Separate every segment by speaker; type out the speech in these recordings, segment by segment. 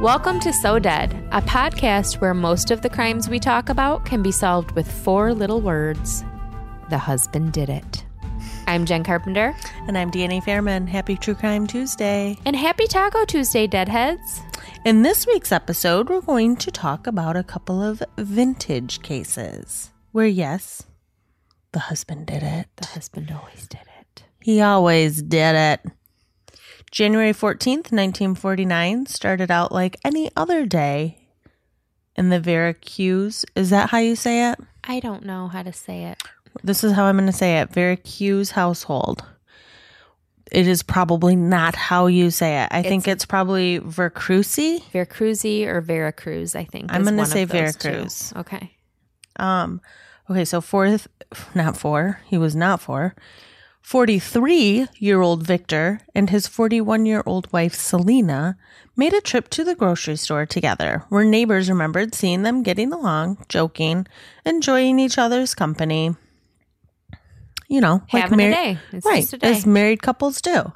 Speaker 1: Welcome to So Dead, a podcast where most of the crimes we talk about can be solved with four little words The husband did it. I'm Jen Carpenter,
Speaker 2: And I'm Danny Fairman. Happy True Crime Tuesday.
Speaker 1: and happy Taco Tuesday, Deadheads.
Speaker 2: In this week's episode, we're going to talk about a couple of vintage cases where, yes, the husband did
Speaker 1: The
Speaker 2: it.
Speaker 1: husband always did it.
Speaker 2: He always did it. January 14th, 1949 started out like any other day in the Veracruz. Is that how you say it?
Speaker 1: I don't know how to say it.
Speaker 2: This is how I'm going to say it Veracruz household. It is probably not how you say it. I think it's probably Veracruzi.
Speaker 1: Veracruzi or Veracruz, I think.
Speaker 2: I'm
Speaker 1: is
Speaker 2: gonna
Speaker 1: one of
Speaker 2: say
Speaker 1: those two.
Speaker 2: Veracruz.
Speaker 1: Okay.
Speaker 2: Um, okay, so fourth, not four. He was not four. Forty-three-year-old Victor and his forty-one-year-old wife Selena made a trip to the grocery store together, where neighbors remembered seeing them getting along, joking, enjoying each other's company. You know,
Speaker 1: Having
Speaker 2: mar-
Speaker 1: a day. It's
Speaker 2: right,
Speaker 1: just a day.
Speaker 2: as married couples do.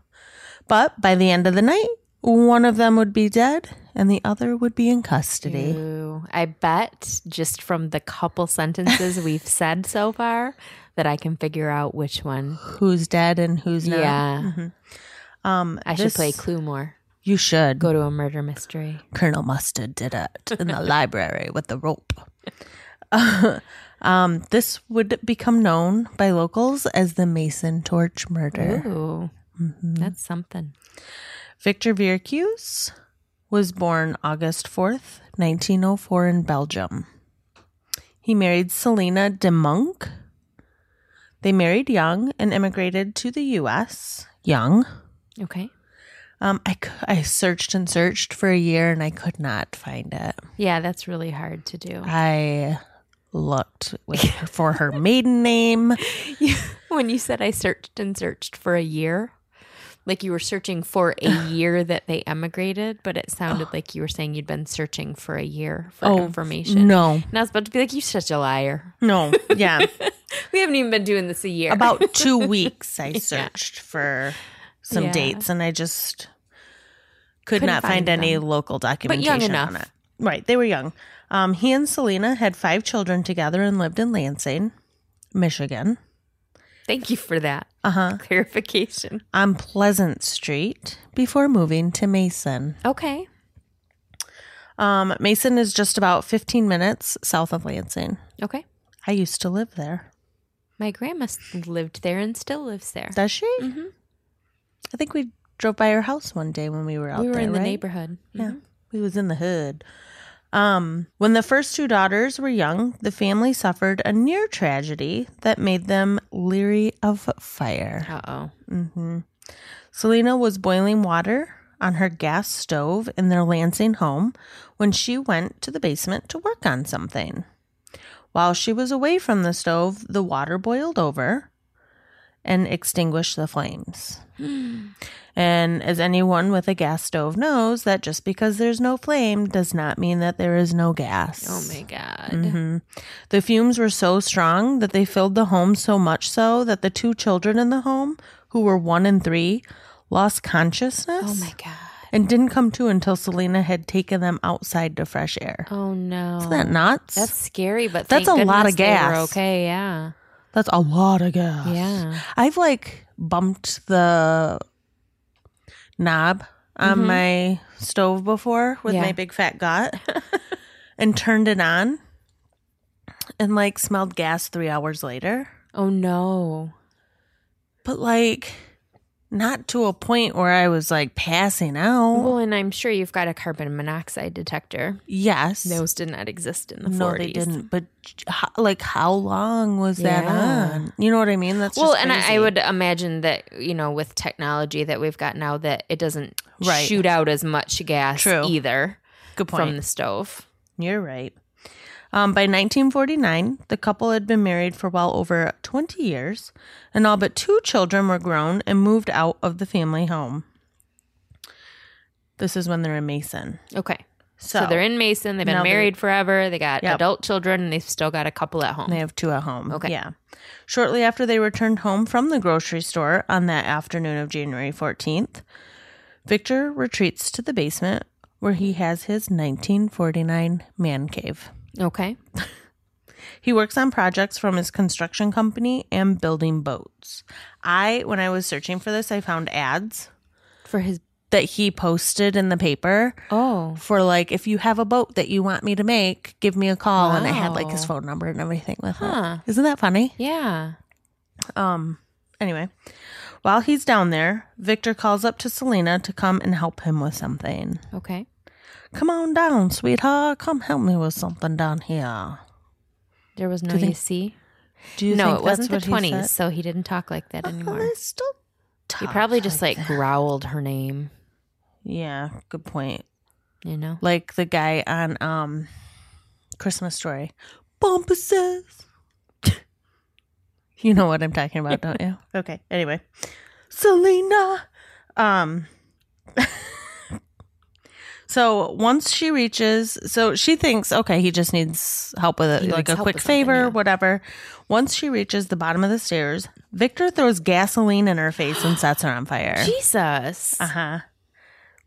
Speaker 2: But by the end of the night, one of them would be dead, and the other would be in custody.
Speaker 1: Ooh, I bet just from the couple sentences we've said so far that I can figure out which one.
Speaker 2: Who's dead and who's not?
Speaker 1: Yeah. Mm-hmm.
Speaker 2: Um,
Speaker 1: I should
Speaker 2: this-
Speaker 1: play Clue more.
Speaker 2: You should.
Speaker 1: Go to a murder mystery.
Speaker 2: Colonel Mustard did it in the library with the rope. um, this would become known by locals as the Mason Torch murder.
Speaker 1: Ooh, that's something.
Speaker 2: Victor Viercus was born August 4th, 1904, in Belgium. He married Selena de Monk. They married young and immigrated to the U.S. young.
Speaker 1: Okay.
Speaker 2: Um, I, c- I searched and searched for a year and I could not find it.
Speaker 1: Yeah, that's really hard to do.
Speaker 2: I looked with, for her maiden name.
Speaker 1: When you said I searched and searched for a year, like you were searching for a year that they emigrated, but it sounded like you were saying you'd been searching for a year for information.
Speaker 2: No,
Speaker 1: And I was about to be like, you're such a liar.
Speaker 2: no, yeah,
Speaker 1: We haven't even been doing this a year.
Speaker 2: about two weeks. I searched for some
Speaker 1: Yeah.
Speaker 2: dates, and I just could
Speaker 1: Couldn't
Speaker 2: not find,
Speaker 1: find
Speaker 2: any
Speaker 1: them.
Speaker 2: local documentation
Speaker 1: young enough.
Speaker 2: on it. Right, they were young. Um, he and Selena had five children together and lived in Lansing, Michigan.
Speaker 1: Thank you for that
Speaker 2: Uh huh.
Speaker 1: clarification.
Speaker 2: On Pleasant Street before moving to Mason.
Speaker 1: Okay.
Speaker 2: Um, Mason is just about 15 minutes south of Lansing.
Speaker 1: Okay.
Speaker 2: I used to live there.
Speaker 1: My grandma s- lived there and still lives there.
Speaker 2: Does she?
Speaker 1: Mhm.
Speaker 2: I think we drove by her house one day when we were out
Speaker 1: we were
Speaker 2: there,
Speaker 1: in the
Speaker 2: right?
Speaker 1: neighborhood.
Speaker 2: Yeah, we was in the hood. Um, when the first two daughters were young, the family suffered a near tragedy that made them leery of fire.
Speaker 1: Uh oh.
Speaker 2: hmm Selena was boiling water on her gas stove in their Lansing home when she went to the basement to work on something. While she was away from the stove, the water boiled over and extinguished the flames. And as anyone with a gas stove knows, that just because there's no flame does not mean that there is no gas.
Speaker 1: Oh my God.
Speaker 2: Mhm. The fumes were so strong that they filled the home so much so that the two children in the home, who were one and three, lost consciousness
Speaker 1: Oh my God.
Speaker 2: and didn't come to until Selena had taken them outside to fresh air.
Speaker 1: Oh no.
Speaker 2: Isn't that nuts?
Speaker 1: That's scary, but
Speaker 2: That's
Speaker 1: thank
Speaker 2: a lot of
Speaker 1: goodness they were
Speaker 2: gas.
Speaker 1: okay, yeah,
Speaker 2: That's a lot of gas.
Speaker 1: yeah.
Speaker 2: I've like bumped the knob on
Speaker 1: Mhm.
Speaker 2: my stove before with
Speaker 1: Yeah.
Speaker 2: my big fat gut and turned it on and like smelled gas three hours later.
Speaker 1: Oh no.
Speaker 2: But like not to a point where I was like passing out.
Speaker 1: Well, and I'm sure you've got a carbon monoxide detector.
Speaker 2: yes.
Speaker 1: Those did not exist in the 40s.
Speaker 2: no, they didn't. But j- ho- like, how long was that
Speaker 1: Yeah.
Speaker 2: on? You know what I mean? That's
Speaker 1: Well,
Speaker 2: just
Speaker 1: and I, I
Speaker 2: crazy.
Speaker 1: would imagine that you know, with technology that we've got now, that it doesn't
Speaker 2: Right.
Speaker 1: shoot out as much gas
Speaker 2: True.
Speaker 1: either
Speaker 2: good
Speaker 1: from the stove.
Speaker 2: You're right. Um, by 1949, the couple had been married for well over 20 years, and all but two children were grown and moved out of the family home. This is when they're in Mason.
Speaker 1: Okay,
Speaker 2: So,
Speaker 1: so, they're in Mason. They've been
Speaker 2: Now they're-
Speaker 1: married forever. They got
Speaker 2: Yep.
Speaker 1: adult children, and they've still got a couple at home.
Speaker 2: They have two at home.
Speaker 1: Okay.
Speaker 2: Yeah. Shortly after they returned home from the grocery store on that afternoon of January 14th, Victor retreats to the basement where he has his 1949 man cave.
Speaker 1: Okay.
Speaker 2: He works on projects from his construction company and building boats. I, when I was searching for this, I found ads
Speaker 1: For his
Speaker 2: that he posted in the paper
Speaker 1: oh
Speaker 2: for like, if you have a boat that you want me to make, give me a call. And I had like his
Speaker 1: Wow.
Speaker 2: phone number and everything with
Speaker 1: Huh.
Speaker 2: it. Isn't that funny?
Speaker 1: yeah.
Speaker 2: Um, anyway, while he's down there, Victor calls up to Selena to come and help him with something.
Speaker 1: Okay.
Speaker 2: Come on down, sweetheart. Come help me with something down here.
Speaker 1: There was no
Speaker 2: Do they-
Speaker 1: UC.
Speaker 2: Do you
Speaker 1: no,
Speaker 2: think
Speaker 1: it wasn't the
Speaker 2: that's what he said? Oh,
Speaker 1: twenties, so he didn't talk like that anymore.
Speaker 2: Well, they still
Speaker 1: he
Speaker 2: talk
Speaker 1: probably just like
Speaker 2: that.
Speaker 1: growled her name.
Speaker 2: yeah, good point.
Speaker 1: You know.
Speaker 2: Like the guy on um Christmas Story, Bumper says. you know what I'm talking about, don't you? Okay. Anyway, Selena. Um. so once she reaches, so she thinks, okay, he just needs help with it,
Speaker 1: He
Speaker 2: like
Speaker 1: needs
Speaker 2: a
Speaker 1: help
Speaker 2: quick
Speaker 1: with something,
Speaker 2: favor,
Speaker 1: yeah.
Speaker 2: whatever. Once she reaches the bottom of the stairs, Victor throws gasoline in her face and sets her on fire.
Speaker 1: Jesus.
Speaker 2: Uh huh.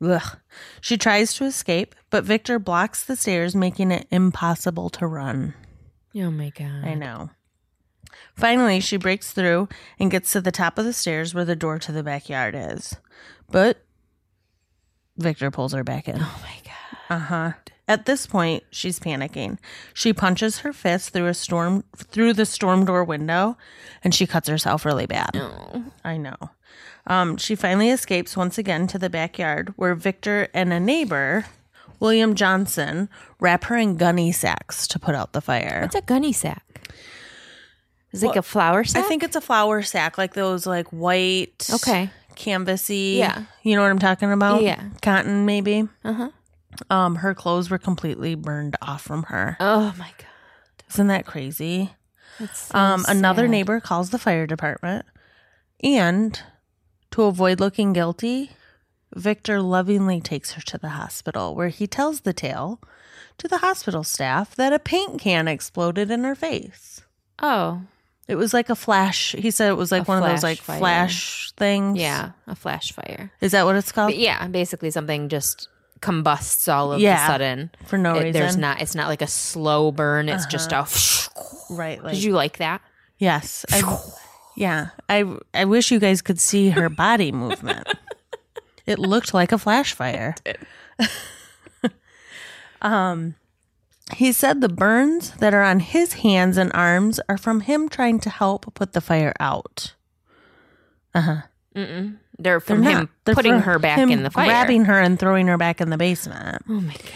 Speaker 2: Uh-huh. Ugh. She tries to escape, but Victor blocks the stairs, making it impossible to run.
Speaker 1: Oh my god.
Speaker 2: I know. Finally, she breaks through and gets to the top of the stairs where the door to the backyard is. But Victor pulls her back in.
Speaker 1: Oh my god.
Speaker 2: Uh huh. At this point, she's panicking. She punches her fist through a storm through the storm door window, and she cuts herself really bad.
Speaker 1: No.
Speaker 2: I know. Um, she finally escapes once again to the backyard where Victor and a neighbor, William Johnson, wrap her in gunny sacks to put out the fire.
Speaker 1: What's a gunny sack? Is it like a flower
Speaker 2: I
Speaker 1: sack?
Speaker 2: think it's a flour sack, like those like white
Speaker 1: Okay.
Speaker 2: canvasy.
Speaker 1: Yeah.
Speaker 2: You know what I'm talking about?
Speaker 1: Yeah.
Speaker 2: Cotton maybe.
Speaker 1: Uh huh.
Speaker 2: Um, her clothes were completely burned off from her.
Speaker 1: Oh my god.
Speaker 2: Isn't that crazy?
Speaker 1: That's so
Speaker 2: Um, another
Speaker 1: sad.
Speaker 2: neighbor calls the fire department, and to avoid looking guilty, Victor lovingly takes her to the hospital, where he tells the tale to the hospital staff that a paint can exploded in her face.
Speaker 1: Oh.
Speaker 2: It was like a flash. He said it was like
Speaker 1: A
Speaker 2: one of those like
Speaker 1: flash fire.
Speaker 2: flash things.
Speaker 1: Yeah. A flash fire.
Speaker 2: is that what it's called?
Speaker 1: But yeah, basically something just combusts all of
Speaker 2: Yeah.
Speaker 1: a sudden.
Speaker 2: For no
Speaker 1: It-
Speaker 2: reason.
Speaker 1: there's not. It's not like a slow burn. It's just a.
Speaker 2: right. Like
Speaker 1: Did you like that?
Speaker 2: yes. I, yeah. I I wish you guys could see her body movement. it looked like a flash fire. Um, he said the burns that are on his hands and arms are from him trying to help put the fire out. Uh huh.
Speaker 1: Mm-mm. They're
Speaker 2: They're
Speaker 1: from him
Speaker 2: not. They're
Speaker 1: putting
Speaker 2: from
Speaker 1: her back
Speaker 2: him
Speaker 1: in the fire.
Speaker 2: grabbing her and throwing her back in the basement.
Speaker 1: Oh my god!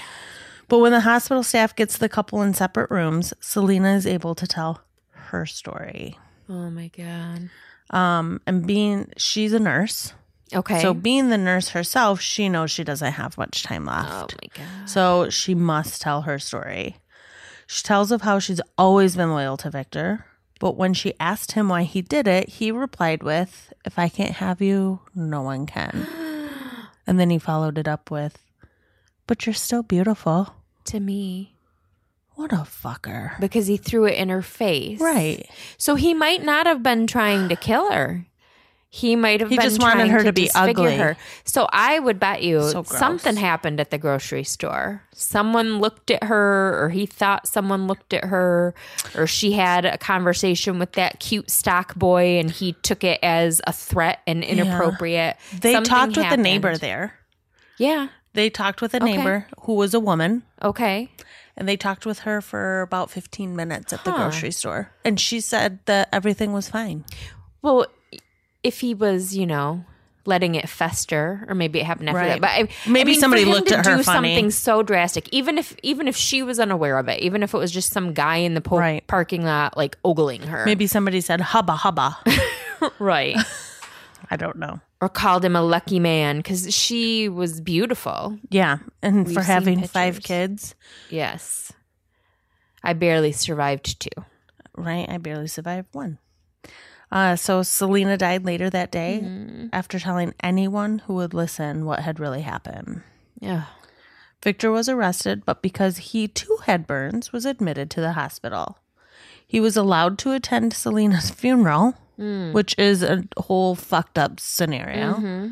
Speaker 2: But when the hospital staff gets the couple in separate rooms, Selena is able to tell her story.
Speaker 1: Oh my god!
Speaker 2: Um, and being she's a nurse,
Speaker 1: Okay.
Speaker 2: so being the nurse herself, she knows she doesn't have much time
Speaker 1: oh
Speaker 2: left.
Speaker 1: my god!
Speaker 2: So she must tell her story. She tells of how she's always been loyal to Victor, but when she asked him why he did it, he replied with, If I can't have you, no one can. And then he followed it up with, But you're still beautiful.
Speaker 1: to me,
Speaker 2: What a fucker.
Speaker 1: because he threw it in her face.
Speaker 2: Right.
Speaker 1: So he might not have been trying to kill her. He might have
Speaker 2: He
Speaker 1: been
Speaker 2: just wanted
Speaker 1: trying
Speaker 2: her to be
Speaker 1: disfigure
Speaker 2: ugly.
Speaker 1: Her. So I would bet you
Speaker 2: So gross.
Speaker 1: something happened at the grocery store. Someone looked at her, or he thought someone looked at her, or she had a conversation with that cute stock boy, and he took it as a threat and inappropriate.
Speaker 2: They
Speaker 1: Something
Speaker 2: talked with
Speaker 1: happened.
Speaker 2: the neighbor there.
Speaker 1: Yeah.
Speaker 2: They talked with a neighbor who was a woman,
Speaker 1: Okay.
Speaker 2: and they talked with her for about 15 minutes at the
Speaker 1: Huh.
Speaker 2: grocery store. And she said that everything was fine.
Speaker 1: Well, if he was, you know, letting it fester, or maybe it happened after that.
Speaker 2: Right.
Speaker 1: But I,
Speaker 2: Maybe
Speaker 1: I mean,
Speaker 2: somebody
Speaker 1: for him
Speaker 2: looked
Speaker 1: to
Speaker 2: at her
Speaker 1: do
Speaker 2: funny.
Speaker 1: something so drastic, even if even if she was unaware of it, even if it was just some guy in the po-
Speaker 2: Right.
Speaker 1: parking lot like ogling her,
Speaker 2: Maybe somebody said hubba hubba.
Speaker 1: right,
Speaker 2: I don't know.
Speaker 1: or called him a lucky man because she was beautiful.
Speaker 2: Yeah. And
Speaker 1: We've
Speaker 2: for having
Speaker 1: seen
Speaker 2: five
Speaker 1: pictures.
Speaker 2: kids,
Speaker 1: Yes, I barely survived two.
Speaker 2: right? I barely survived one. Uh, so Selena died later that day after telling anyone who would listen what had really happened.
Speaker 1: Yeah.
Speaker 2: Victor was arrested, but because he too had burns, was admitted to the hospital. He was allowed to attend Selena's funeral, which is a whole fucked up scenario.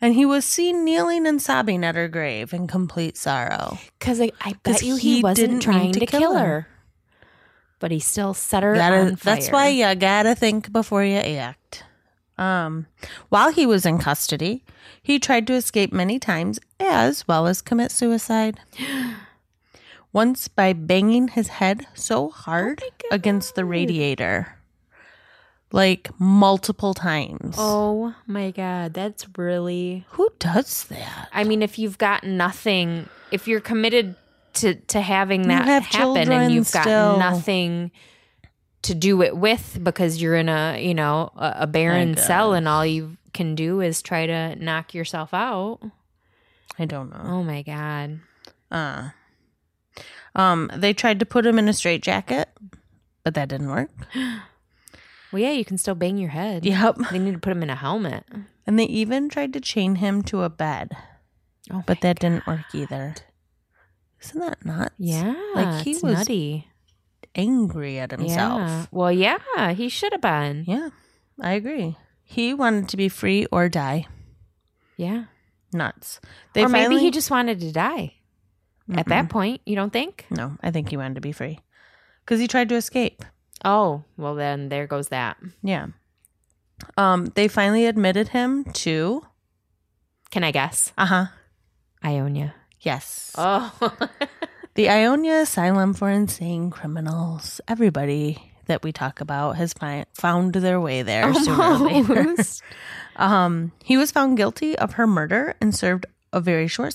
Speaker 2: and he was seen kneeling and sobbing at her grave in complete sorrow.
Speaker 1: Because I, I
Speaker 2: 'Cause
Speaker 1: bet you he,
Speaker 2: he didn't mean
Speaker 1: wasn't trying
Speaker 2: to
Speaker 1: to,
Speaker 2: kill
Speaker 1: kill,
Speaker 2: him.
Speaker 1: her. But he still set her
Speaker 2: That
Speaker 1: on
Speaker 2: is,
Speaker 1: fire.
Speaker 2: that's why you gotta think before you act. Um, while he was in custody, he tried to escape many times as well as commit suicide. Once by banging his head so
Speaker 1: Oh
Speaker 2: hard against the radiator, like multiple times.
Speaker 1: Oh my god, that's really.
Speaker 2: Who does that?
Speaker 1: I mean, if you've got nothing, if you're committed to to having that
Speaker 2: have
Speaker 1: happen,
Speaker 2: children
Speaker 1: and you've got
Speaker 2: still.
Speaker 1: nothing to do it with because you're in a you know
Speaker 2: Oh
Speaker 1: a, a barren cell, and all you can do is try to knock yourself out.
Speaker 2: I don't know.
Speaker 1: Oh my god. Oh.
Speaker 2: Uh, um, they tried to put him in a straitjacket, but that didn't work.
Speaker 1: Well, yeah, you can still bang your head.
Speaker 2: Yep.
Speaker 1: They need to put him in a helmet.
Speaker 2: And they even tried to chain him to a bed,
Speaker 1: Oh,
Speaker 2: but that didn't work either. Isn't that nuts?
Speaker 1: yeah,
Speaker 2: Like, he
Speaker 1: it's
Speaker 2: was
Speaker 1: nutty.
Speaker 2: angry at
Speaker 1: Yeah.
Speaker 2: himself.
Speaker 1: Well, yeah, he should have been.
Speaker 2: Yeah. I agree. He wanted to be free or die.
Speaker 1: Yeah.
Speaker 2: Nuts. They
Speaker 1: or maybe
Speaker 2: finally,
Speaker 1: he just wanted to die at that point. You don't think?
Speaker 2: No, I think he wanted to be free because he tried to escape.
Speaker 1: Oh, well, then there goes that.
Speaker 2: Yeah. Um. They finally admitted him to.
Speaker 1: Can I guess?
Speaker 2: Uh huh.
Speaker 1: Ionia.
Speaker 2: Yes.
Speaker 1: Oh,
Speaker 2: The Ionia Asylum for Insane Criminals. Everybody that we talk about has fi- found their way there
Speaker 1: Oh,
Speaker 2: sooner or later.
Speaker 1: almost.
Speaker 2: um, he was found guilty of her murder and served a very short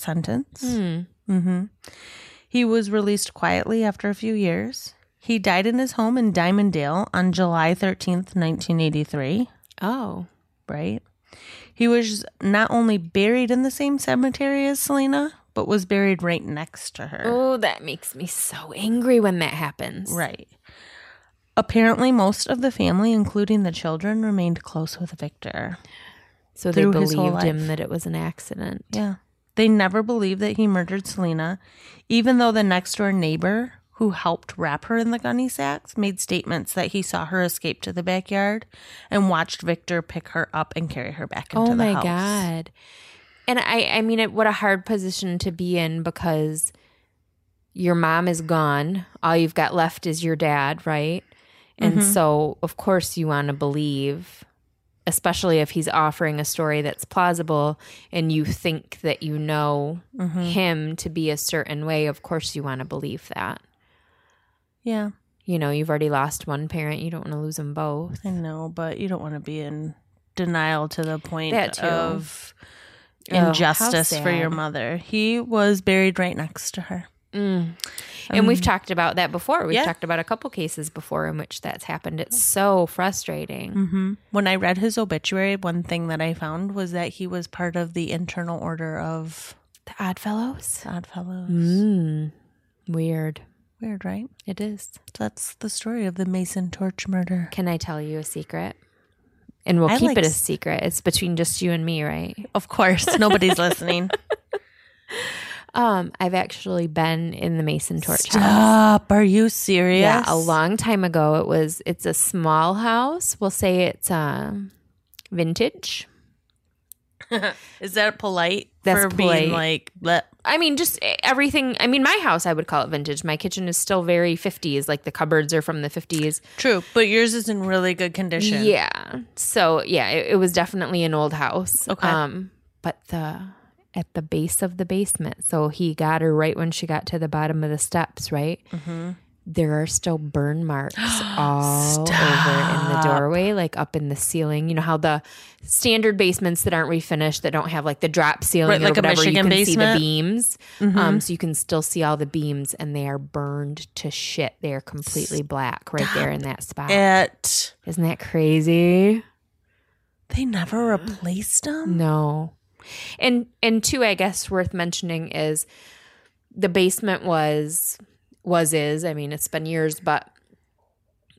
Speaker 2: sentence.
Speaker 1: Hmm.
Speaker 2: hmm He was released quietly after a few years. He died in his home in Diamond Dale on July 13th, 1983.
Speaker 1: Oh,
Speaker 2: Right? He was not only buried in the same cemetery as Selena, but was buried right next to her.
Speaker 1: oh, that makes me so angry when that happens.
Speaker 2: Right. Apparently, most of the family, including the children, remained close with Victor.
Speaker 1: So they
Speaker 2: Through his
Speaker 1: believed
Speaker 2: whole life.
Speaker 1: him that it was an accident.
Speaker 2: Yeah. They never believed that he murdered Selena, even though the next door neighbor who helped wrap her in the gunny sacks made statements that he saw her escape to the backyard and watched Victor pick her up and carry her back into
Speaker 1: oh
Speaker 2: the
Speaker 1: my
Speaker 2: house.
Speaker 1: god and i i mean it, what a hard position to be in because your mom is gone all you've got left is your dad right and
Speaker 2: Mm-hmm.
Speaker 1: so of course you want to believe especially if he's offering a story that's plausible and you think that you know
Speaker 2: Mm-hmm.
Speaker 1: him to be a certain way of course you want to believe that
Speaker 2: Yeah,
Speaker 1: you know you've already lost one parent you don't want to lose them both
Speaker 2: I know, but you don't want to be in denial to the point
Speaker 1: That too.
Speaker 2: of
Speaker 1: Oh, how
Speaker 2: injustice for your
Speaker 1: sad.
Speaker 2: mother. He was buried right next to her.
Speaker 1: Mm. And we've talked about that before. We've
Speaker 2: Um, Yeah.
Speaker 1: talked about a couple cases before in which that's happened. It's so frustrating.
Speaker 2: hmm When I read his obituary, one thing that I found was that he was part of the internal order of
Speaker 1: The Odd Fellows.
Speaker 2: the Oddfellows.
Speaker 1: Mm. Weird.
Speaker 2: Weird, right?
Speaker 1: It is.
Speaker 2: So that's the story of the Mason Torch murder.
Speaker 1: Can I tell you a secret? And we'll
Speaker 2: I
Speaker 1: keep
Speaker 2: like
Speaker 1: it a
Speaker 2: s-
Speaker 1: secret. It's between just you and me, right?
Speaker 2: Of course, nobody's listening.
Speaker 1: Um, I've actually been in the Mason Torch house.
Speaker 2: Stop. Are you serious?
Speaker 1: Yeah, a long time ago. It was it's a small house. We'll say it's um vintage.
Speaker 2: Is that polite
Speaker 1: That's
Speaker 2: for
Speaker 1: polite.
Speaker 2: being like, bleh.
Speaker 1: I mean, just eh, everything. I mean, my house, I would call it vintage. My kitchen is still very 50s. Like the cupboards are from the 50s.
Speaker 2: true, but yours is in really good condition.
Speaker 1: Yeah. So, yeah, it, it was definitely an old house.
Speaker 2: Okay.
Speaker 1: Um, but the at the base of the basement. So he got her right when she got to the bottom of the steps, right?
Speaker 2: Mm-hmm.
Speaker 1: There are still burn marks all over in the doorway, like up in the ceiling. You know how the standard basements that aren't refinished, that don't have like the drop ceiling
Speaker 2: Right,
Speaker 1: or
Speaker 2: like a
Speaker 1: whatever,
Speaker 2: Michigan
Speaker 1: you can
Speaker 2: basement? Mm-hmm.
Speaker 1: see the beams. Um, so you can still see all the beams, and they are burned to shit. They are completely black right there in that spot.
Speaker 2: It.
Speaker 1: Isn't that crazy?
Speaker 2: They never replaced them.
Speaker 1: No. And and two, I guess worth mentioning is the basement was was is, I mean it's been years, but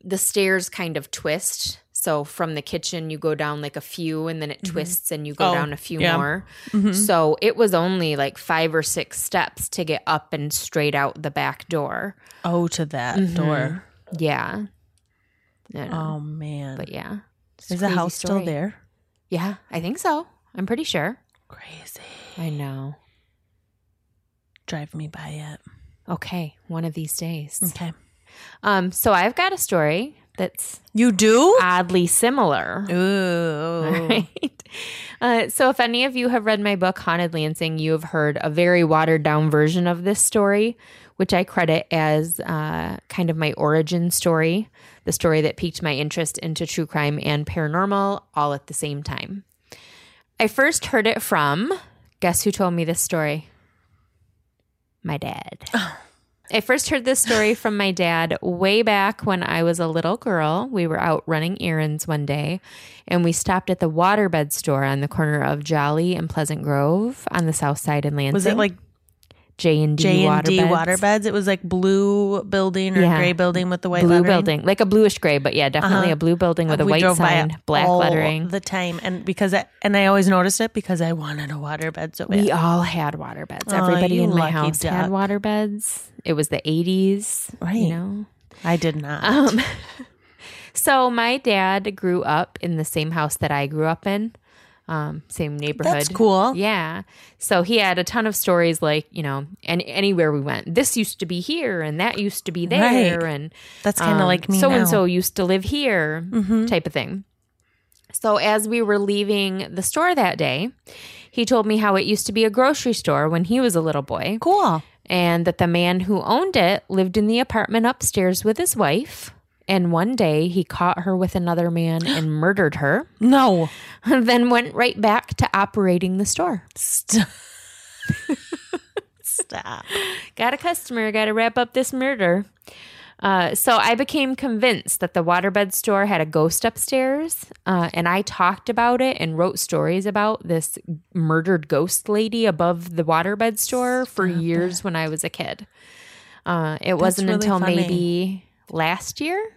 Speaker 1: the stairs kind of twist. So from the kitchen you go down like a few and then it twists and you go
Speaker 2: Oh,
Speaker 1: down a few
Speaker 2: yeah.
Speaker 1: more.
Speaker 2: Mhm.
Speaker 1: So it was only like five or six steps to get up and straight out the back door.
Speaker 2: Oh, to that
Speaker 1: Mhm.
Speaker 2: door.
Speaker 1: Yeah. I know.
Speaker 2: Oh man.
Speaker 1: but yeah. It's a
Speaker 2: Is the
Speaker 1: crazy
Speaker 2: house still
Speaker 1: story.
Speaker 2: there?
Speaker 1: Yeah, I think so. I'm pretty sure.
Speaker 2: Crazy.
Speaker 1: I know.
Speaker 2: Drive me by it.
Speaker 1: Okay, one of these days.
Speaker 2: Okay.
Speaker 1: Um, so I've got a story that's
Speaker 2: You do?
Speaker 1: oddly similar. All
Speaker 2: Ooh.
Speaker 1: right. Uh, so, if any of you have read my book, Haunted Lansing, you have heard a very watered down version of this story, which I credit as uh, kind of my origin story, the story that piqued my interest into true crime and paranormal all at the same time. I first heard it from, guess who told me this story? My dad. I first heard this story from my dad way back when I was a little girl. We were out running errands one day and we stopped at the waterbed store on the corner of Jolly and Pleasant Grove on the south side in Lansing.
Speaker 2: Was it like
Speaker 1: J and D
Speaker 2: J and D
Speaker 1: waterbeds?
Speaker 2: waterbeds? It was like blue building or
Speaker 1: Yeah.
Speaker 2: gray building with the white
Speaker 1: Blue
Speaker 2: lettering.
Speaker 1: building, like a bluish gray, but yeah, definitely
Speaker 2: Uh-huh.
Speaker 1: a blue building with a
Speaker 2: We
Speaker 1: white
Speaker 2: drove by
Speaker 1: sign,
Speaker 2: it
Speaker 1: black
Speaker 2: all
Speaker 1: lettering.
Speaker 2: the time, and because I, and I always noticed it because I wanted a waterbed so bad.
Speaker 1: We all had waterbeds.
Speaker 2: Aw,
Speaker 1: Everybody
Speaker 2: you
Speaker 1: in my
Speaker 2: lucky
Speaker 1: house had
Speaker 2: duck.
Speaker 1: waterbeds. It was the 80s,
Speaker 2: Right.
Speaker 1: you know?
Speaker 2: I did not.
Speaker 1: Um, so my dad grew up in the same house that I grew up in, um, same neighborhood.
Speaker 2: That's cool.
Speaker 1: Yeah. So he had a ton of stories, like you know, and anywhere we went, this used to be here, and that used to be there,
Speaker 2: Right.
Speaker 1: and
Speaker 2: That's kind of like me.
Speaker 1: um, So and
Speaker 2: now. Mm-hmm.
Speaker 1: so used to live here, type of thing. So as we were leaving the store that day, he told me how it used to be a grocery store when he was a little boy
Speaker 2: cool.
Speaker 1: and that the man who owned it lived in the apartment upstairs with his wife. And one day he caught her with another man and murdered her,
Speaker 2: No.
Speaker 1: and then went right back to operating the store.
Speaker 2: Stop. Stop.
Speaker 1: Got a customer, got to wrap up this murder. Uh, so I became convinced that the waterbed store had a ghost upstairs, uh, and I talked about it and wrote stories about this murdered ghost lady above the waterbed store for years when I was a kid. Uh, it wasn't
Speaker 2: really
Speaker 1: until
Speaker 2: funny.
Speaker 1: maybe last year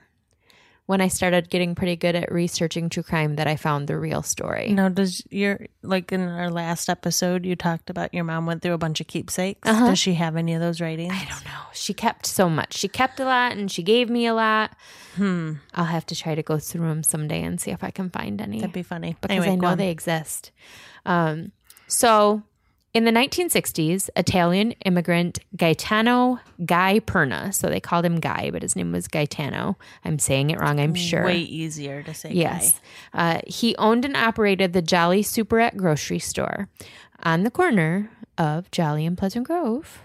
Speaker 1: when I started getting pretty good at researching true crime that I found the real story.
Speaker 2: Now, does your like in our last episode you talked about your mom went through a bunch of keepsakes?
Speaker 1: Uh-huh.
Speaker 2: Does she have any of those writings?
Speaker 1: I don't know. She kept so much. She kept a lot and she gave me a lot.
Speaker 2: Hmm.
Speaker 1: I'll have to try to go through them someday and see if I can find any
Speaker 2: That'd be funny
Speaker 1: because
Speaker 2: Anyway,
Speaker 1: I
Speaker 2: go
Speaker 1: know
Speaker 2: on.
Speaker 1: they exist. Um, so, in the 1960s, Italian immigrant Gaetano Guy Perna, so they called him Guy, but his name was Gaetano. I'm saying it wrong, I'm sure.
Speaker 2: way easier to say.
Speaker 1: Yes.
Speaker 2: guy.
Speaker 1: Uh, he owned and operated the Jolly Superette grocery store on the corner of Jolly and Pleasant Grove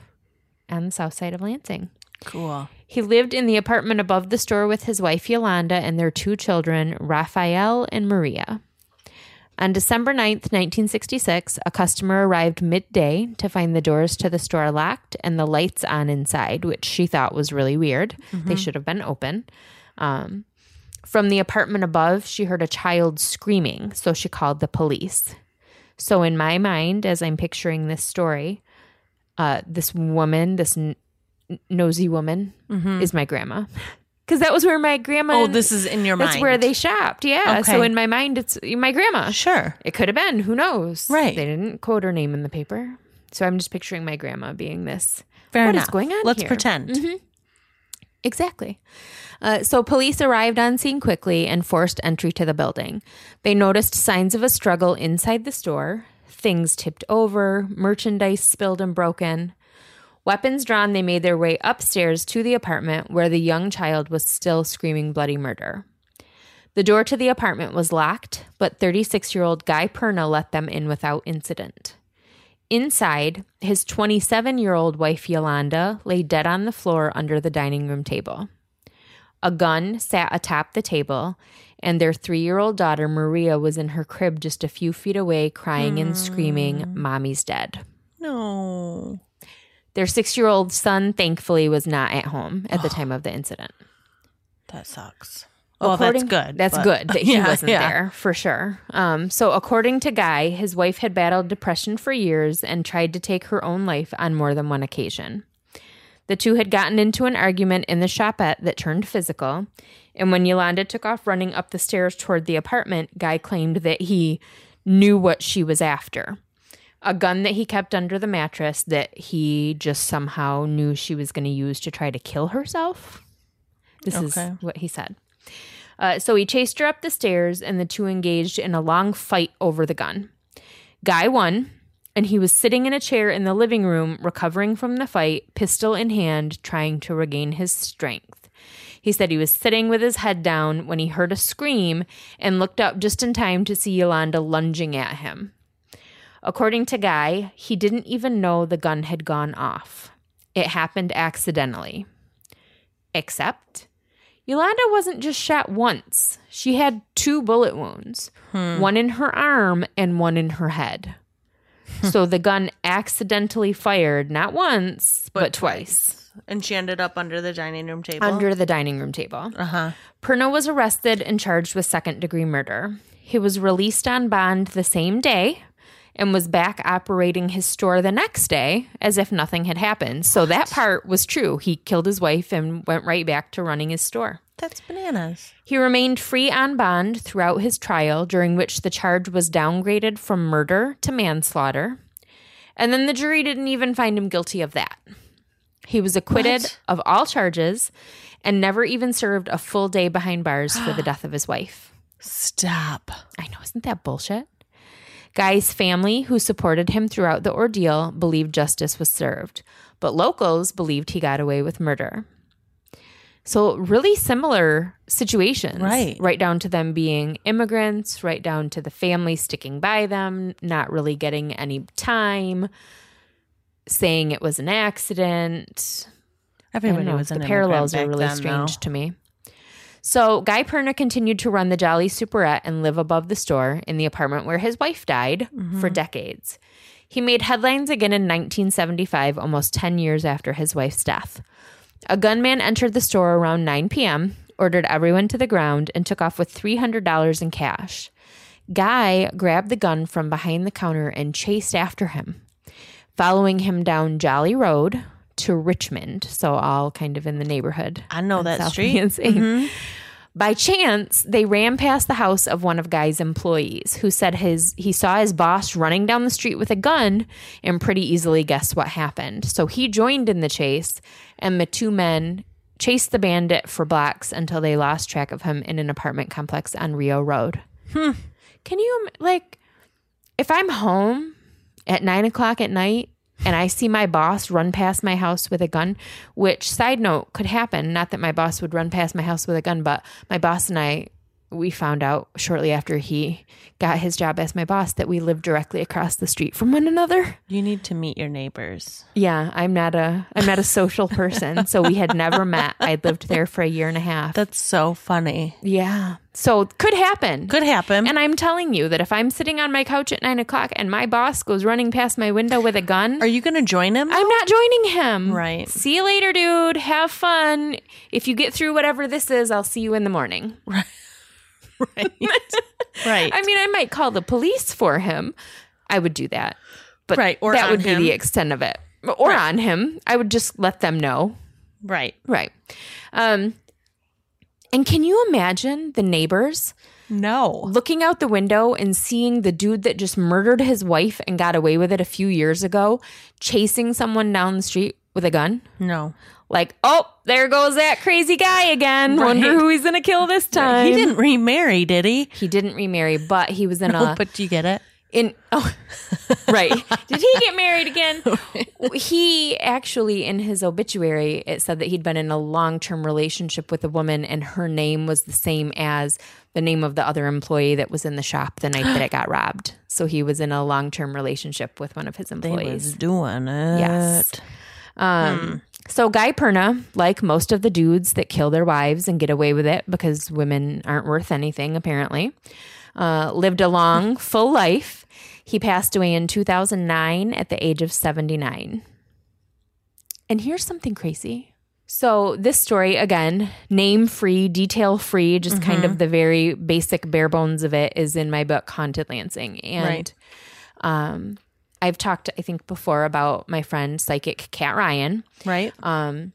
Speaker 1: on the south side of Lansing.
Speaker 2: Cool.
Speaker 1: He lived in the apartment above the store with his wife Yolanda and their two children, Raphael and Maria. On December 9th, 1966, a customer arrived midday to find the doors to the store locked and the lights on inside, which she thought was really weird.
Speaker 2: Mm-hmm.
Speaker 1: They should have been open. Um, from the apartment above, she heard a child screaming, so she called the police. So, in my mind, as I'm picturing this story, uh, this woman, this n- n- nosy woman, is my grandma. Because that was where my grandma.
Speaker 2: Mm-hmm. Oh, this is in your
Speaker 1: That's
Speaker 2: mind.
Speaker 1: where they shopped. Yeah. So
Speaker 2: Okay.
Speaker 1: in my mind, it's my grandma.
Speaker 2: Sure.
Speaker 1: It could have been. Who knows?
Speaker 2: Right.
Speaker 1: They didn't quote her name in the paper. So I'm just picturing my grandma being this.
Speaker 2: Fair
Speaker 1: What is
Speaker 2: enough.
Speaker 1: going on
Speaker 2: Let's
Speaker 1: here? Mm-hmm.
Speaker 2: pretend.
Speaker 1: Exactly. Uh, so police arrived on scene quickly and forced entry to the building. They noticed signs of a struggle inside the store. Things tipped over, merchandise spilled and broken. Weapons drawn, they made their way upstairs to the apartment where the young child was still screaming bloody murder. The door to the apartment was locked, but 36 year old Guy Perna let them in without incident. Inside, his 27 year old wife Yolanda lay dead on the floor under the dining room table. A gun sat atop the table, and their three year old daughter Maria was in her crib just a few feet away, crying and screaming, Mommy's dead.
Speaker 2: No.
Speaker 1: Their six year old son, thankfully, was not at home at the time of the incident.
Speaker 2: That sucks. Well,
Speaker 1: According-
Speaker 2: that's good.
Speaker 1: That's
Speaker 2: but-
Speaker 1: good that he
Speaker 2: Yeah,
Speaker 1: wasn't
Speaker 2: yeah.
Speaker 1: there for sure. Um, so, according to Guy, his wife had battled depression for years and tried to take her own life on more than one occasion. The two had gotten into an argument in the shopette that turned physical. And when Yolanda took off running up the stairs toward the apartment, Guy claimed that he knew what she was after a gun that he kept under the mattress that he just somehow knew she was going to use to try to kill herself. This
Speaker 2: Okay.
Speaker 1: is what he said. Uh, so he chased her up the stairs, and the two engaged in a long fight over the gun. Guy won, and he was sitting in a chair in the living room, recovering from the fight, pistol in hand, trying to regain his strength. He said he was sitting with his head down when he heard a scream and looked up just in time to see Yolanda lunging at him. According to Guy, he didn't even know the gun had gone off. It happened accidentally. Except, Yolanda wasn't just shot once, she had two bullet wounds one in her arm and one in her head. so the gun accidentally fired not once, but, twice,
Speaker 2: And she ended up under the dining room table.
Speaker 1: under the dining room table.
Speaker 2: uh huh.
Speaker 1: Perna was arrested and charged with second degree murder. He was released on bond the same day and was back operating his store the next day as if nothing had happened. So that part was true. He killed his wife and went right back to running his store.
Speaker 2: That's bananas.
Speaker 1: He remained free on bond throughout his trial, during which the charge was downgraded from murder to manslaughter. And then the jury didn't even find him guilty of that. He was acquitted
Speaker 2: What?
Speaker 1: of all charges and never even served a full day behind bars for the death of his wife.
Speaker 2: Stop.
Speaker 1: I know, isn't that bullshit? Guy's family, who supported him throughout the ordeal, believed justice was served, but locals believed he got away with murder. So, really similar situations,
Speaker 2: Right.
Speaker 1: Right down to them being immigrants, right down to the family sticking by them, not really getting any time, saying it was an accident, I don't
Speaker 2: Everybody
Speaker 1: know.
Speaker 2: was an
Speaker 1: the
Speaker 2: immigrant
Speaker 1: parallels are
Speaker 2: back
Speaker 1: really
Speaker 2: then,
Speaker 1: strange
Speaker 2: though.
Speaker 1: to me. So Guy Perner continued to run the Jolly Superette and live above the store in the apartment where his wife died
Speaker 2: Mm-hmm.
Speaker 1: for decades. He made headlines again in 1975, almost 10 years after his wife's death. A gunman entered the store around 9 p.m., ordered everyone to the ground, and took off with $300 in cash. Guy grabbed the gun from behind the counter and chased after him, following him down Jolly Road to Richmond, so all kind of in the neighborhood.
Speaker 2: I know that
Speaker 1: South
Speaker 2: street. Mm-hmm.
Speaker 1: Lansing. By chance, they ran past the house of one of Guy's employees who said his he saw his boss running down the street with a gun and pretty easily guessed what happened. So he joined in the chase and the two men chased the bandit for blocks until they lost track of him in an apartment complex on Rio Road.
Speaker 2: Hmm.
Speaker 1: Can you im- like if I'm home at nine o'clock at night and I see my boss run past my house with a gun, which side note could happen. Not that my boss would run past my house with a gun, but my boss and I, we found out shortly after he got his job as my boss that we lived directly across the street from one another.
Speaker 2: You need to meet your neighbors.
Speaker 1: Yeah, I'm not a I'm not a social person, so we had never met. I lived there for a year and a half.
Speaker 2: That's so funny.
Speaker 1: yeah, so it could happen.
Speaker 2: Could happen.
Speaker 1: And I'm telling you that if I'm sitting on my couch at nine o'clock and my boss goes running past my window with a gun,
Speaker 2: Are you going to join him?
Speaker 1: I'm not joining him.
Speaker 2: Right.
Speaker 1: See you later, dude. Have fun. If you get through whatever this is, I'll see you in the morning.
Speaker 2: right. right.
Speaker 1: I mean, I might call the police for him. I would do that. But
Speaker 2: Right, or
Speaker 1: that
Speaker 2: on
Speaker 1: would
Speaker 2: him.
Speaker 1: be the extent of it. Or on him. I would just let them know.
Speaker 2: right.
Speaker 1: Right. Um, and can you imagine the neighbors?
Speaker 2: No.
Speaker 1: looking out the window and seeing the dude that just murdered his wife and got away with it a few years ago chasing someone down the street with a gun.
Speaker 2: No.
Speaker 1: Like, oh, there goes that crazy guy again. Wonder
Speaker 2: Right.
Speaker 1: who he's going to kill this time.
Speaker 2: He didn't remarry, did he?
Speaker 1: He didn't remarry, but he was in
Speaker 2: Oh,
Speaker 1: a
Speaker 2: but do you get it?
Speaker 1: in oh right. Did he get married again? he actually in his obituary it said that he'd been in a long-term relationship with a woman and her name was the same as the name of the other employee that was in the shop the night that it got robbed. So he was in a long-term relationship with one of his
Speaker 2: He
Speaker 1: employees.
Speaker 2: was doing it.
Speaker 1: Yes. Um, So Guy Perna, like most of the dudes that kill their wives and get away with it because women aren't worth anything, apparently, uh, lived a long, full life. He passed away in 2009 at the age of 79. And here's something crazy. So this story again, name free, detail free, just kind of the very basic bare bones of it is in my book Haunted Lansing. And
Speaker 2: Right.
Speaker 1: um I've talked I think before about my friend psychic Kat Ryan.
Speaker 2: Right.
Speaker 1: Um,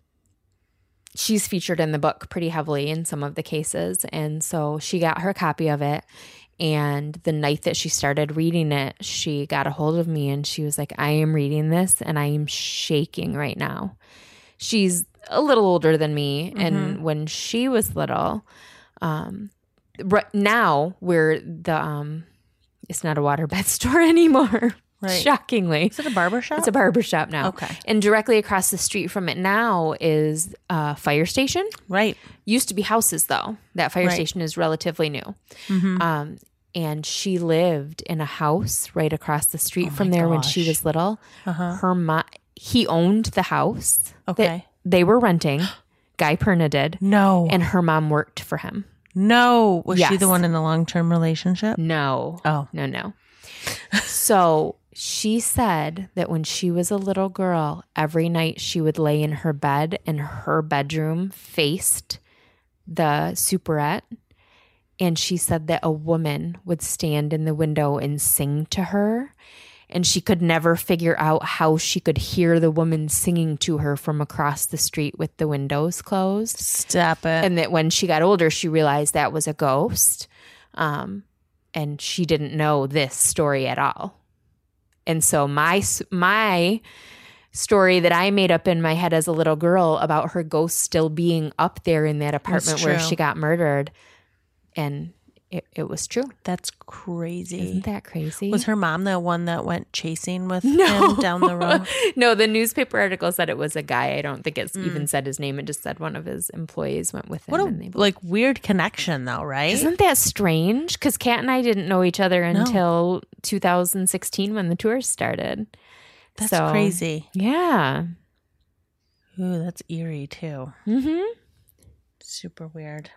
Speaker 1: she's featured in the book pretty heavily in some of the cases. And so she got her copy of it. And the night that she started reading it, she got a hold of me and she was like, I am reading this and I am shaking right now. She's a little older than me. And when she was little, um, right now we're the, um, it's not a waterbed store anymore.
Speaker 2: Right.
Speaker 1: Shockingly.
Speaker 2: Is it a barber shop?
Speaker 1: It's a barber shop now.
Speaker 2: Okay.
Speaker 1: And directly across the street from it now is a fire station.
Speaker 2: right.
Speaker 1: Used to be houses though. That fire
Speaker 2: Right.
Speaker 1: station is relatively new.
Speaker 2: Mm-hmm.
Speaker 1: Um, and she lived in a house right across the street from there when she
Speaker 2: Oh gosh.
Speaker 1: was little.
Speaker 2: Uh-huh.
Speaker 1: Her mom, he owned the house. that
Speaker 2: Okay.
Speaker 1: they were renting. Guy Perna did,
Speaker 2: No.
Speaker 1: and her mom worked for him.
Speaker 2: no. Was she
Speaker 1: Yes.
Speaker 2: the one in the long term relationship?
Speaker 1: No.
Speaker 2: Oh.
Speaker 1: No, no. so she said that when she was a little girl, every night she would lay in her bed and her bedroom faced the superette. And she said that a woman would stand in the window and sing to her. And she could never figure out how she could hear the woman singing to her from across the street with the windows closed
Speaker 2: Stop it.
Speaker 1: and that when she got older she realized that was a ghost um, and she didn't know this story at all and so my s- my story that i made up in my head as a little girl about her ghost still being up there in that apartment where
Speaker 2: true.
Speaker 1: she got murdered and it, it was true
Speaker 2: That's crazy.
Speaker 1: isn't that crazy
Speaker 2: Was her mom the one that went chasing with
Speaker 1: No.
Speaker 2: him down the road?
Speaker 1: no the newspaper article said it was a guy i don't think it's even said his name it just said one of his employees went with him
Speaker 2: Mm. What a
Speaker 1: and they
Speaker 2: like weird connection, though, right?
Speaker 1: Isn't that strange? Because Kat and I didn't know each other until 2016 when the tour started.
Speaker 2: that's
Speaker 1: so-
Speaker 2: crazy.
Speaker 1: Yeah.
Speaker 2: Ooh, that's eerie too.
Speaker 1: Mm-hmm.
Speaker 2: Super weird.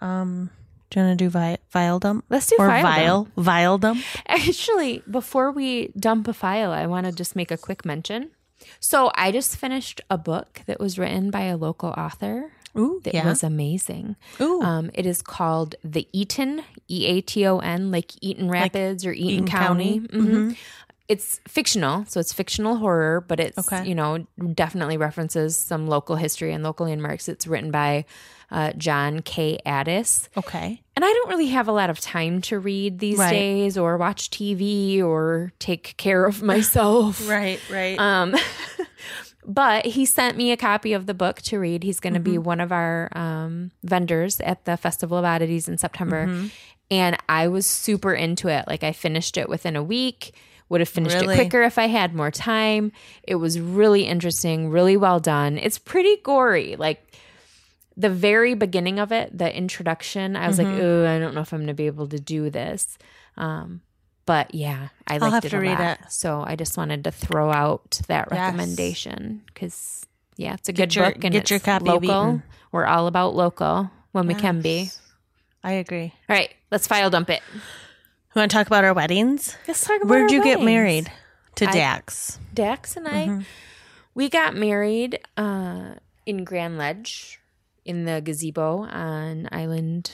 Speaker 2: Um, do you want to do vi- vial dump
Speaker 1: Let's do
Speaker 2: or
Speaker 1: file. dump.
Speaker 2: vial vial dump?
Speaker 1: Actually, before we dump a file, I want to just make a quick mention. So I just finished a book that was written by a local author
Speaker 2: Ooh,
Speaker 1: that
Speaker 2: yeah.
Speaker 1: was amazing.
Speaker 2: Ooh,
Speaker 1: Um, it is called The Eaton, E A T O N, like Eaton Rapids or Eaton,
Speaker 2: Eaton
Speaker 1: County.
Speaker 2: County. Mm-hmm.
Speaker 1: Mhm. It's fictional, so it's fictional horror, but it's,
Speaker 2: Okay.
Speaker 1: you know, definitely references some local history and local landmarks. It's written by uh, John K. Addis.
Speaker 2: okay.
Speaker 1: And I don't really have a lot of time to read these
Speaker 2: Right.
Speaker 1: days or watch TV or take care of myself.
Speaker 2: Right, right.
Speaker 1: Um, but he sent me a copy of the book to read. He's going to
Speaker 2: Mm-hmm.
Speaker 1: be one of our um, vendors at the Festival of Oddities in September.
Speaker 2: Mm-hmm.
Speaker 1: And I was super into it. Like, I finished it within a week, would have finished
Speaker 2: Really?
Speaker 1: it quicker if I had more time. It was really interesting, really well done. It's pretty gory. Like, the very beginning of it, the introduction, I was
Speaker 2: Mm-hmm.
Speaker 1: like, "Ooh, I don't know if I'm going to be able to do this." Um, but yeah, I liked
Speaker 2: have
Speaker 1: it
Speaker 2: to
Speaker 1: a
Speaker 2: read
Speaker 1: lot. So I just wanted to throw out that
Speaker 2: Yes.
Speaker 1: recommendation because yeah, it's a good
Speaker 2: your-
Speaker 1: book and
Speaker 2: get
Speaker 1: it's
Speaker 2: your copy of
Speaker 1: local.
Speaker 2: Eaton.
Speaker 1: We're all about local when we can be.
Speaker 2: Yes. I agree.
Speaker 1: All right, let's file dump it.
Speaker 2: You want to talk about our weddings?
Speaker 1: Let's talk about
Speaker 2: Where'd
Speaker 1: our
Speaker 2: you get
Speaker 1: weddings.
Speaker 2: married? Mm-hmm. To Dax.
Speaker 1: Dax and I, we got married uh, in Grand Ledge, in the gazebo on Island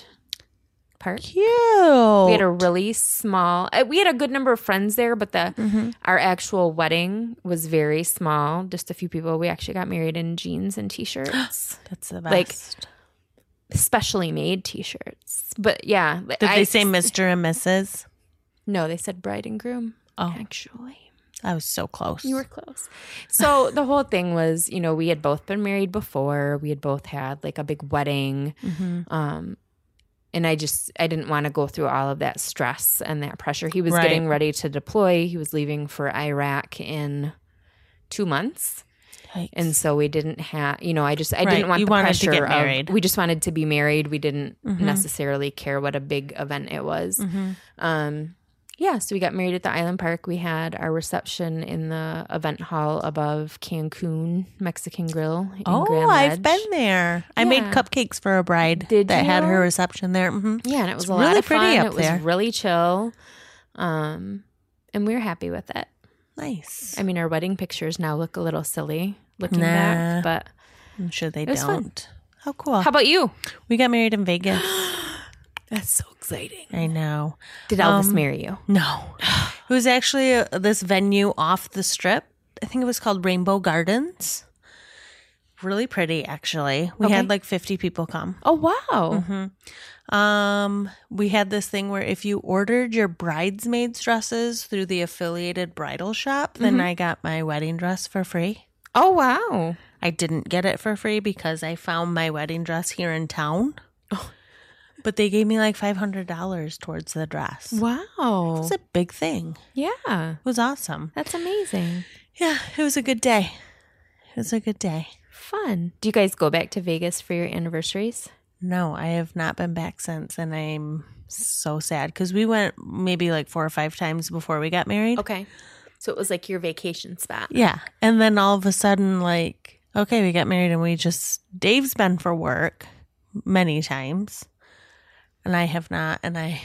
Speaker 1: Park.
Speaker 2: Cute.
Speaker 1: We had a really small. uh, We had a good number of friends there, but the
Speaker 2: Mm-hmm.
Speaker 1: our actual wedding was very small. Just a few people. We actually got married in jeans and t-shirts,
Speaker 2: That's the
Speaker 1: like-
Speaker 2: best.
Speaker 1: specially made t-shirts. But yeah,
Speaker 2: Did they say Mr. and Mrs.?
Speaker 1: no? They said bride and groom.
Speaker 2: Oh.
Speaker 1: actually.
Speaker 2: I was so close.
Speaker 1: You were close. So the whole thing was, you know, we had both been married before. We had both had like a big wedding.
Speaker 2: Mm-hmm.
Speaker 1: Um, and I just I didn't want to go through all of that stress and that pressure. He was
Speaker 2: Right.
Speaker 1: getting ready to deploy. He was leaving for Iraq in two months.
Speaker 2: Yikes.
Speaker 1: And so we didn't have, you know, I just, I
Speaker 2: Right.
Speaker 1: didn't want
Speaker 2: You
Speaker 1: the
Speaker 2: wanted to
Speaker 1: pressure
Speaker 2: get
Speaker 1: of-
Speaker 2: married.
Speaker 1: we just wanted to be married. We didn't
Speaker 2: Mhm.
Speaker 1: necessarily care what a big event it was.
Speaker 2: Mhm.
Speaker 1: Um, yeah, so we got married at the Island Park. We had our reception in the event hall above Cancun Mexican Grill. In
Speaker 2: Oh,
Speaker 1: Grand Ledge.
Speaker 2: I've been there. I made
Speaker 1: Yeah.
Speaker 2: cupcakes for a bride
Speaker 1: Did
Speaker 2: that had
Speaker 1: you?
Speaker 2: her reception there. hmm
Speaker 1: Yeah, and it was
Speaker 2: It's
Speaker 1: a lot
Speaker 2: really
Speaker 1: of
Speaker 2: pretty
Speaker 1: fun.
Speaker 2: up
Speaker 1: It was
Speaker 2: there.
Speaker 1: really chill, um, and we were happy with it.
Speaker 2: Nice.
Speaker 1: I mean, our wedding pictures now look a little silly looking
Speaker 2: Nah.
Speaker 1: back, but
Speaker 2: I'm sure they
Speaker 1: was
Speaker 2: don't.
Speaker 1: fun.
Speaker 2: How cool.
Speaker 1: how about you?
Speaker 2: we got married in Vegas.
Speaker 1: That's so exciting.
Speaker 2: I know.
Speaker 1: Did Elvis
Speaker 2: Um,
Speaker 1: marry you?
Speaker 2: No. It was actually uh this venue off the strip. I think it was called Rainbow Gardens. Really pretty, actually. We
Speaker 1: Okay.
Speaker 2: had like 50 people come.
Speaker 1: Oh wow!
Speaker 2: Um, we had this thing where if you ordered your bridesmaids dresses through the affiliated bridal shop, then
Speaker 1: Mm-hmm.
Speaker 2: I got my wedding dress for free.
Speaker 1: Oh wow!
Speaker 2: Oh. I didn't get it for free because I found my wedding dress here in town. But they gave me like $500 towards the dress. It
Speaker 1: Wow.
Speaker 2: was a big thing.
Speaker 1: Yeah.
Speaker 2: It was awesome.
Speaker 1: That's amazing.
Speaker 2: Yeah, it was a good day. It was a good day.
Speaker 1: Fun. Do you guys go back to Vegas for your anniversaries?
Speaker 2: No, I have not been back since, and I'm so sad because we went maybe like four or five times before we got married.
Speaker 1: Okay. So it was like your vacation spot.
Speaker 2: Yeah. And then all of a sudden, like, okay, we got married and we just, Dave's been for work many times. And I have not. And I,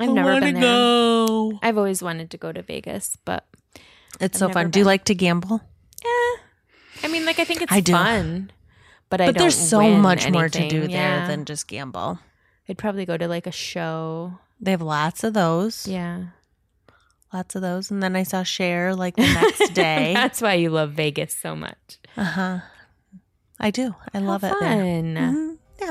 Speaker 1: I've
Speaker 2: I
Speaker 1: never
Speaker 2: wanna
Speaker 1: been there.
Speaker 2: go.
Speaker 1: I've always wanted to go to Vegas, but
Speaker 2: It's
Speaker 1: I've
Speaker 2: so
Speaker 1: never
Speaker 2: fun. Do you
Speaker 1: been.
Speaker 2: like to gamble?
Speaker 1: I mean, like I think it's
Speaker 2: I do.
Speaker 1: fun. But, I
Speaker 2: but there's
Speaker 1: don't
Speaker 2: so
Speaker 1: win
Speaker 2: much more to do
Speaker 1: anything.
Speaker 2: there
Speaker 1: Yeah.
Speaker 2: than just gamble.
Speaker 1: I'd probably go to like a show.
Speaker 2: They have lots of those.
Speaker 1: Yeah.
Speaker 2: Lots of those. And then I saw Cher like the next day.
Speaker 1: That's why you love Vegas so much.
Speaker 2: uh huh. I do. I love
Speaker 1: How
Speaker 2: it
Speaker 1: fun.
Speaker 2: there. Mhm. Yeah.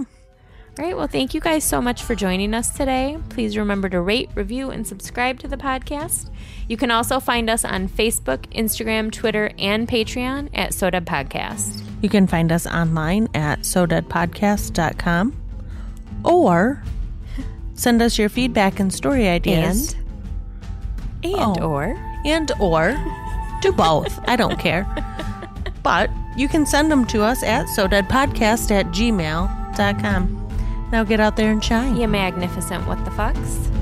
Speaker 1: All right. Well, thank you guys so much for joining us today. Please remember to rate, review, and subscribe to the podcast. You can also find us on Facebook, Instagram, Twitter, and Patreon at Soda Podcast.
Speaker 2: You can find us online at sodeadpodcast.com or send us your feedback and story ideas.
Speaker 1: And and
Speaker 2: Oh.
Speaker 1: or
Speaker 2: And, or do both. I don't care. But you can send them to us at sodeadpodcast at gmail.com. Now get out there and shine.
Speaker 1: you magnificent what the fucks.